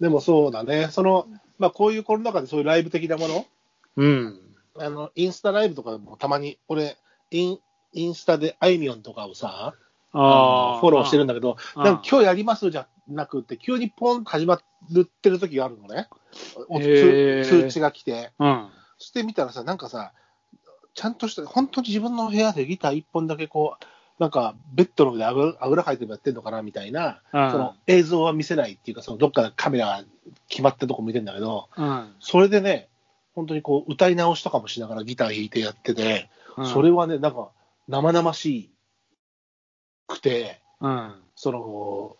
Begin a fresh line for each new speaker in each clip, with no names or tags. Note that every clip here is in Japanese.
でもそうだね。その、まあこういうコロナ禍でそういうライブ的なもの、
うん。
あの、インスタライブとかでもたまに、俺、イン、インスタであいみょんとかをさ、あのフォローしてるん
だ。
だけど、
あー
なんか今日やりますじゃなくて、急にポンと始まってる時があるのね。お
へー
通通知が来て。
うん。
してみたらさ、なんかさ、ちゃんとした、本当に自分の部屋でギター一本だけこう、なんかベッドの上であぐあぐらかいてもやってんのかなみたいな、
うん
その映像は見せないっていうか、そのどっかでカメラが決まったとこ見てんだけど、
うん。
それでね、本当にこう歌い直しとかもしながらギター弾いてやってて、
うん
それはね、なんか生々しくて、
うん。
その、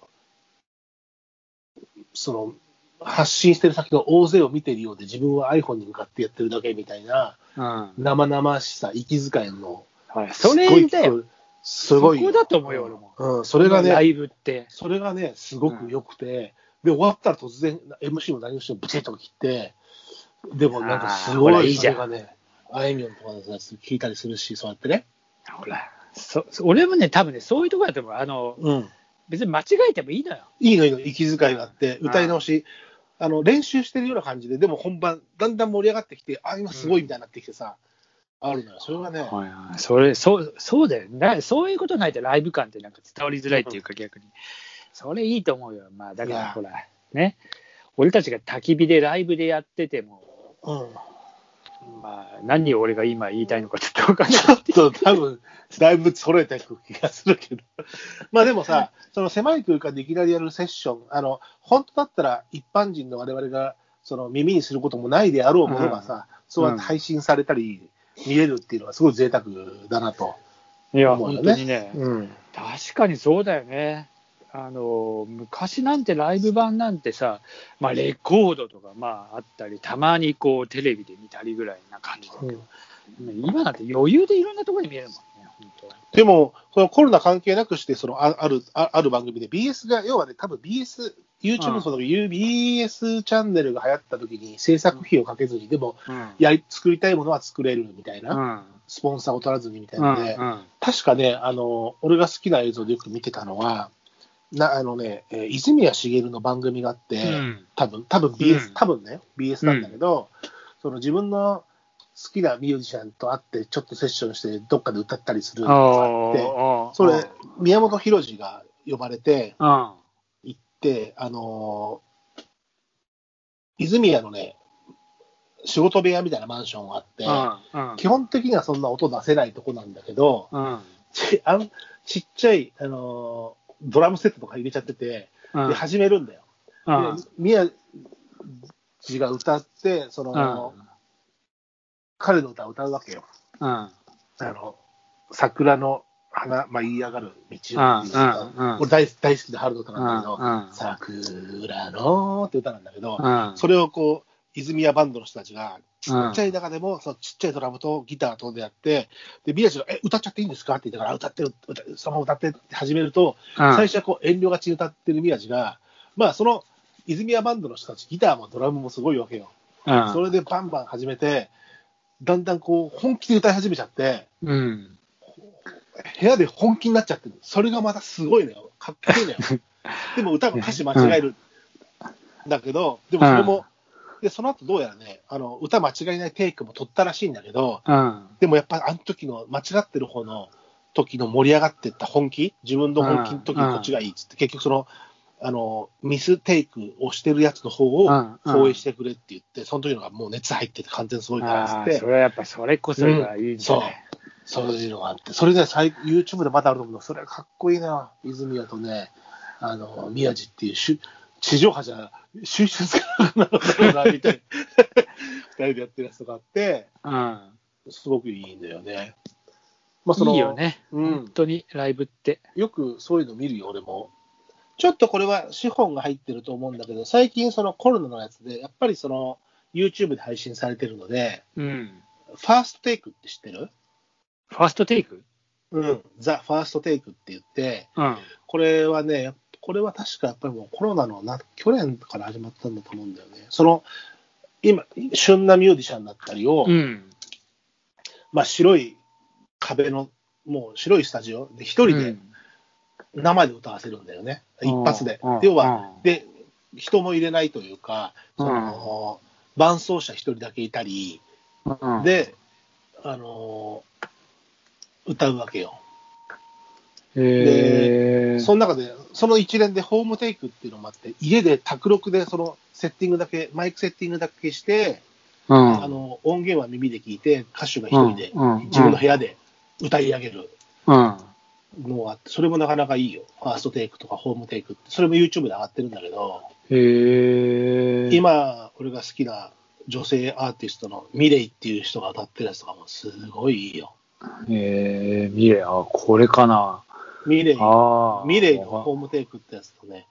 その、発信してる先が大勢を見てるようで、自分は iPhone に向かってやってるだけみたいな、
うん。
生々しさ、息遣いの、
それだよ。
よ。すごいよ。
そこだと思うよ俺も
うん、それが
ラ
ね、
イブって。
それがね、すごく良くて、で、終わったら突然、MC も何もしてもブチッと切って、でもなんかすご
あーほらい
い、
いじゃん
それがね、あいみょんとかのやつ聞いたりするし、そうやってね。
ほら。そ俺もね、多分ね、そういうとこだと思う。あの、
うん。
別に間違えてもいいのよ。
いいのいいの、息遣いがあって、歌い直し、あの、練習してるような感じで、でも本番、だんだん盛り上がってきて、あ、今すごいみたいになってきてさ、あるのよ。それがね、
はいはい、それそうそうだよな、そういうことないとライブ感ってなんか伝わりづらいっていうか、逆に、それいいと思うよ、まあ、だか
い
ら
や
ほら、ね、俺たちが焚き火でライブでやってても、
うん。
まあ、何を俺が今言いたいのかちょっと分かんない、
ちょっと多分、だいぶ揃えていく気がするけど。まあでもさ、その狭い空間でいきなりやるセッション、あの、本当だったら一般人の我々が、その耳にすることもないであろうものがさ、そうやって配信されたり、見れるっていうのはすごい贅沢だなと。
いや、
思うよ
本
ね
当にね、
うん。
確かにそうだよね。あの昔なんてライブ版なんてさ、まあ、レコードとかまああったりたまにこうテレビで見たりぐらいな感じだけど、今なんて余裕でいろんなところに見えるもんね本当は
でも、そのコロナ関係なくして、そのああるあある番組で BS が、要はね、多分 BS、YouTube のその BS チャンネルが流行った時に制作費をかけずに、でもやり、作りたいものは作れるみたいな。
うん
スポンサーを取らずにみたいなので、
うん
確かね、あの、俺が好きな映像でよく見てたのは、なあのね、えー泉谷しげるの番組があって、
うん
多分、多分 BS、
うん
多分ね、BS なんだけど、その自分の好きなミュージシャンと会って、ちょっとセッションして、どっかで歌ったりするのがあって、
ああ
それ、宮本浩次が呼ばれて、
あ
行って、あのー泉谷のね、仕事部屋みたいなマンションがあって、
ああ
基本的にはそんな音出せないとこなんだけど、
あ
ちあのちっちゃい、あのードラムセットとか入れちゃってて、で始めるんだよ。で、宮地が歌って、その、彼の歌を歌うわけよ。あの、桜の花舞い上がる道をっていう歌
うんうんうん
俺大大好きな春の歌なんだけど、桜のって歌なんだけど、それをこう、泉谷バンドの人たちが、ちっちゃい中でも、そのちっちゃいドラムとギターとでやって、で、宮地が、え、歌っちゃっていいんですかって言ったから、歌ってる、歌そのまま歌ってって始めると、最初はこう遠慮がちに歌ってる宮地が、まあその泉谷バンドの人たち、ギターもドラムもすごいわけよ。それでバンバン始めて、だんだんこう本気で歌い始めちゃって、
うん
部屋で本気になっちゃってる。それがまたすごいのよ。かっこいい のよ。でも歌も歌詞間違える。だけど、でもそれも、で、その後どうやらね、あの歌間違いないテイクも取ったらしいんだけど、でもやっぱりあの時の間違ってる方の時の盛り上がってった本気、自分の本気の時にこっちがいいっつって、結局その、あの、ミステイクをしてるやつの方を放映してくれって言って、その時のがもう熱入ってて完全すごいからっつ
あ
っ
あ
て
そ、れはやっぱそれこそがいいじゃ
そう
ない。
そういうのがあって、それで最 YouTube でまだあると思うけど、それがかっこいいな、泉谷とね、あの、宮地っていうしゅ、地上波じゃ収集つかなくなるだろうな、み たいな。二人でやってるやつとかあって、すごくいいんだよね。まあ
いいよ。ね
う
本
ん。
当にライブって
よくそういうの見るよ、俺も。ちょっとこれは資本が入ってると思うんだけど、最近そのコロナのやつで、やっぱりその YouTube で配信されてるので、
うん
ファーストテイクって知ってる
ファーストテイク
うん。ザ・ファーストテイクって言って、
うん
これはね、これは確かやっぱりもうコロナのな、去年から始まったんだと思うんだよね。その、今、旬なミュージシャンだったりを、
うん
まあ白い壁の、もう白いスタジオで一人で生で歌わせるんだよね。一発で。要は、で、人も入れないというか、その伴奏者一人だけいたり、
うん、
で、あのー歌うわけよ。
へー
その中で、その一連でホームテイクっていうのもあって、家で卓録でそのセッティングだけ、マイクセッティングだけして、
うん
あの音源は耳で聞いて、歌手が一人で、
うんうん
自分の部屋で歌い上げる
うん
のがあって、それもなかなかいいよ。ファーストテイクとかホームテイクって、それも YouTube で上がってるんだけど、
へー
今、俺が好きな女性アーティストのミレイっていう人が歌ってるやつとかもすごいいいよ。
えー、ミレイ、あ、これかな。
ミレイ、
あー
ミレイのホームテイクってやつとね、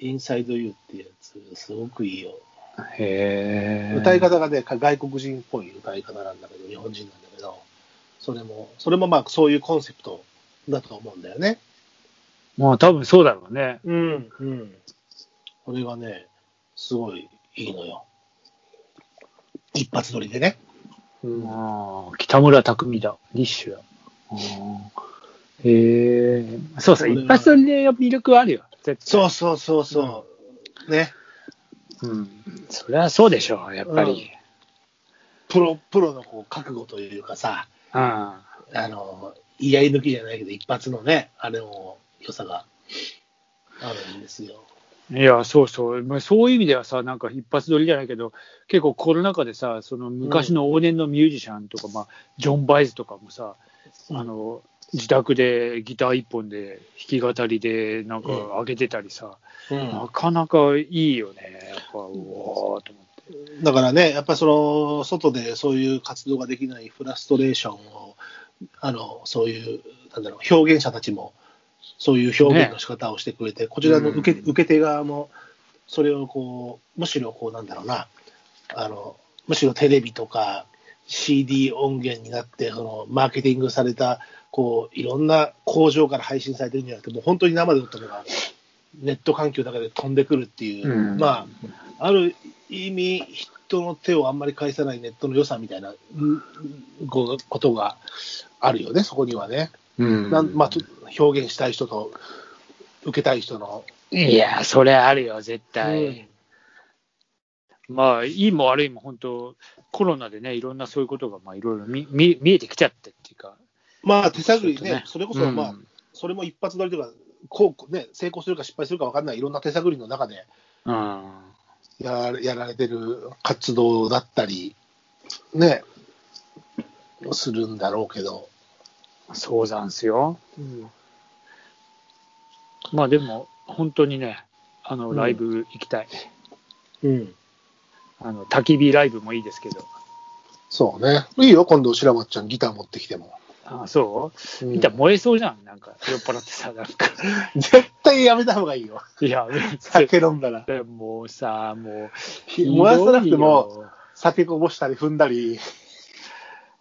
インサイドユーっていうやつ、すごくいいよ。
へー
歌い方がね、か外国人っぽい歌い方なんだけど、日本人なんだけど、それも、それもまあそういうコンセプトだと思うんだよね。
まあ多分そうだろうね。
うん、うん。これがね、すごいいいのよ。一発撮りでね。うん
あー北村匠海だ。ディッシュだ。あーへえそうそう、
これは
一発撮りで魅力はあるよ。絶
そうそうそうそう。ね。
対。うん。そりゃそうでしょう、やっぱり。
プロ、プロのこう覚悟というかさ、
うん。
あの、居合抜きじゃないけど、一発のね、あれも良さがあるんですよ。
いや、そうそう。まあそういう意味ではさ、なんか一発撮りじゃないけど、結構コロナ禍でさ、その昔の往年のミュージシャンとか、まあ、ジョン・バイズとかもさ、あの、自宅でギター一本で弾き語りでなんか
うん
上げてたりさ、
うん
なかなかいいよね。やっぱ、うわーと思って。
だからね、やっぱりその外でそういう活動ができないフラストレーションを、あのそういうなんだろう表現者たちも、そういう表現の仕方をしてくれて、こちらの受け,、
うん
受け手側も、それをこうむしろこう、なんだろうなあの、むしろテレビとか CD 音源になって、そのマーケティングされたこういろんな工場から配信されてるんじゃなくて、もう本当に生で撮ったのが、ネット環境だけで飛んでくるっていう、
うん
まあ、ある意味、人の手をあんまり返さないネットの良さみたいなうんごことがあるよね、そこにはね。
うん
なんまあ、ちょ表現したい人と受けたい人の。
いや、それあるよ、絶対。
うん
まあ、いいも悪いも、本当コロナでね、いろんなそういうことが、まあ、いろいろ見見見えてきちゃってっていうか。
まあ、手探り
ちょっと
ね、それこそ、まあ、それも一発撮りとか、こうね、成功するか失敗するか分かんない、いろんな手探りの中で
うん。うん
やらやられてる活動だったり、ね、するんだろうけど。
そうなんすよ。まあでも、本当にね、あ
う
の、
ん
ライブ行きたい。
うん
あの、焚き火ライブもいいですけど。
そうね。いいよ、今度、白松ちゃん、ギター持ってきても。
あそうう、
ん
見たら燃えそうじゃん。なんか、酔っ払ってさ、な んか。
絶対やめた方がいいよ。
いや、
酒飲んだら。
もうさ、もう。
燃やさなくて
ひど
も、
いよ。
酒こぼしたり踏んだり、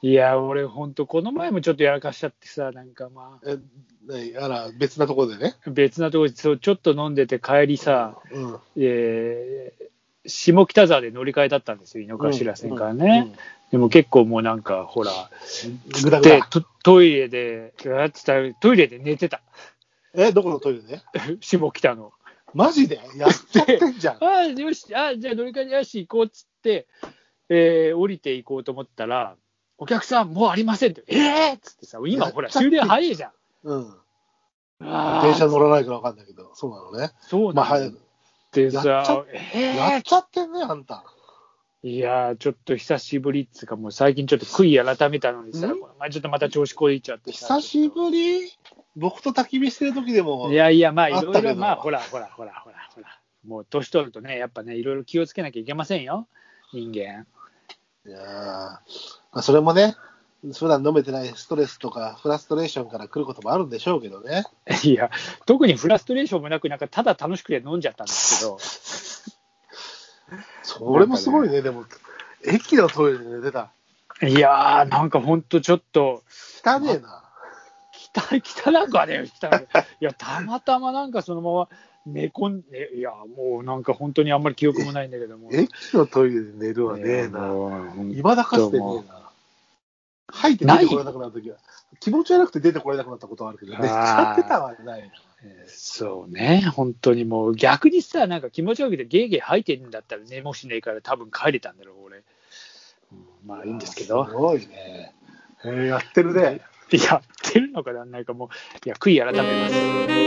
いや、俺、ほんと、この前もちょっとやらかしちゃってさ、なんかま
えねあら別なところでね。
あ、別なとこで、そうちょっと飲んでて帰りさ、
うん。
えー下北沢で乗り換えだったんですよ、井の頭線からね。
う
でも結構もうなんか、ほら、
ん。ぐだぐ
で
だ。
トトイレで、やってたらトイレで寝てた、
え、どこのトイレで
下北の。
マジでやっちゃってんじゃん。
ああ、よし、ああ、じゃあ乗り換えでよし、行こうっつって、えー降りて行こうと思ったら、お客さん、もうありませんって、えーっつってさ、今ほら、終電早いじゃん。
うん。
あー
電車乗らないから分かんないけど、そうなのね。
そう
まあ、
な
早
ん
く。
で
やっちゃ
さ、え
やっ
ー
ちゃってんね、あんた。
いやー、ちょっと久しぶりっつうか、もう最近ちょっと悔い改めたのにさ、
ん
この前ちょっとまた調子こいちゃってさ
久しぶり僕と焚き火してる時でも
い、やいや、まあ、い
あったけ
ろ
ど
いろ、まあ、ほら、ほら、ほら、ほら、ほら、もう年取るとね、やっぱね、いろいろ気をつけなきゃいけませんよ、人間。
い やーまあ、それもね、普段飲めてないストレスとか、フラストレーションから来ることもあるんでしょうけどね。
いや、特にフラストレーションもなく、なんか、ただ楽しくて飲んじゃったんですけど、
それもすごいね、でも、駅のトイレで寝てた。
いやー、なんかほんとちょっと、
汚ねえな。
汚い汚くはね、汚い。いや、たまたまなんかそのまま寝込んで、いや、もうなんか本当にあんまり記憶もないんだけども。
駅のトイレで寝るはねえ
いや
な。
もうほん
いまだかつてねえな。吐いて出てこれなくなるときは、気持ち悪くて出てこれなくなったことはあるけどね、使
あー
ってたはないな。
そうね、本当にもう逆にさ、なんか気持ち悪くてゲーゲー吐いてるんだったらね、もしねえから多分帰れたんだろう、俺。うんまあいいんですけど
す。ごいね。えーやってるね。
やってるのかなんないかもう、いや、悔い改めます。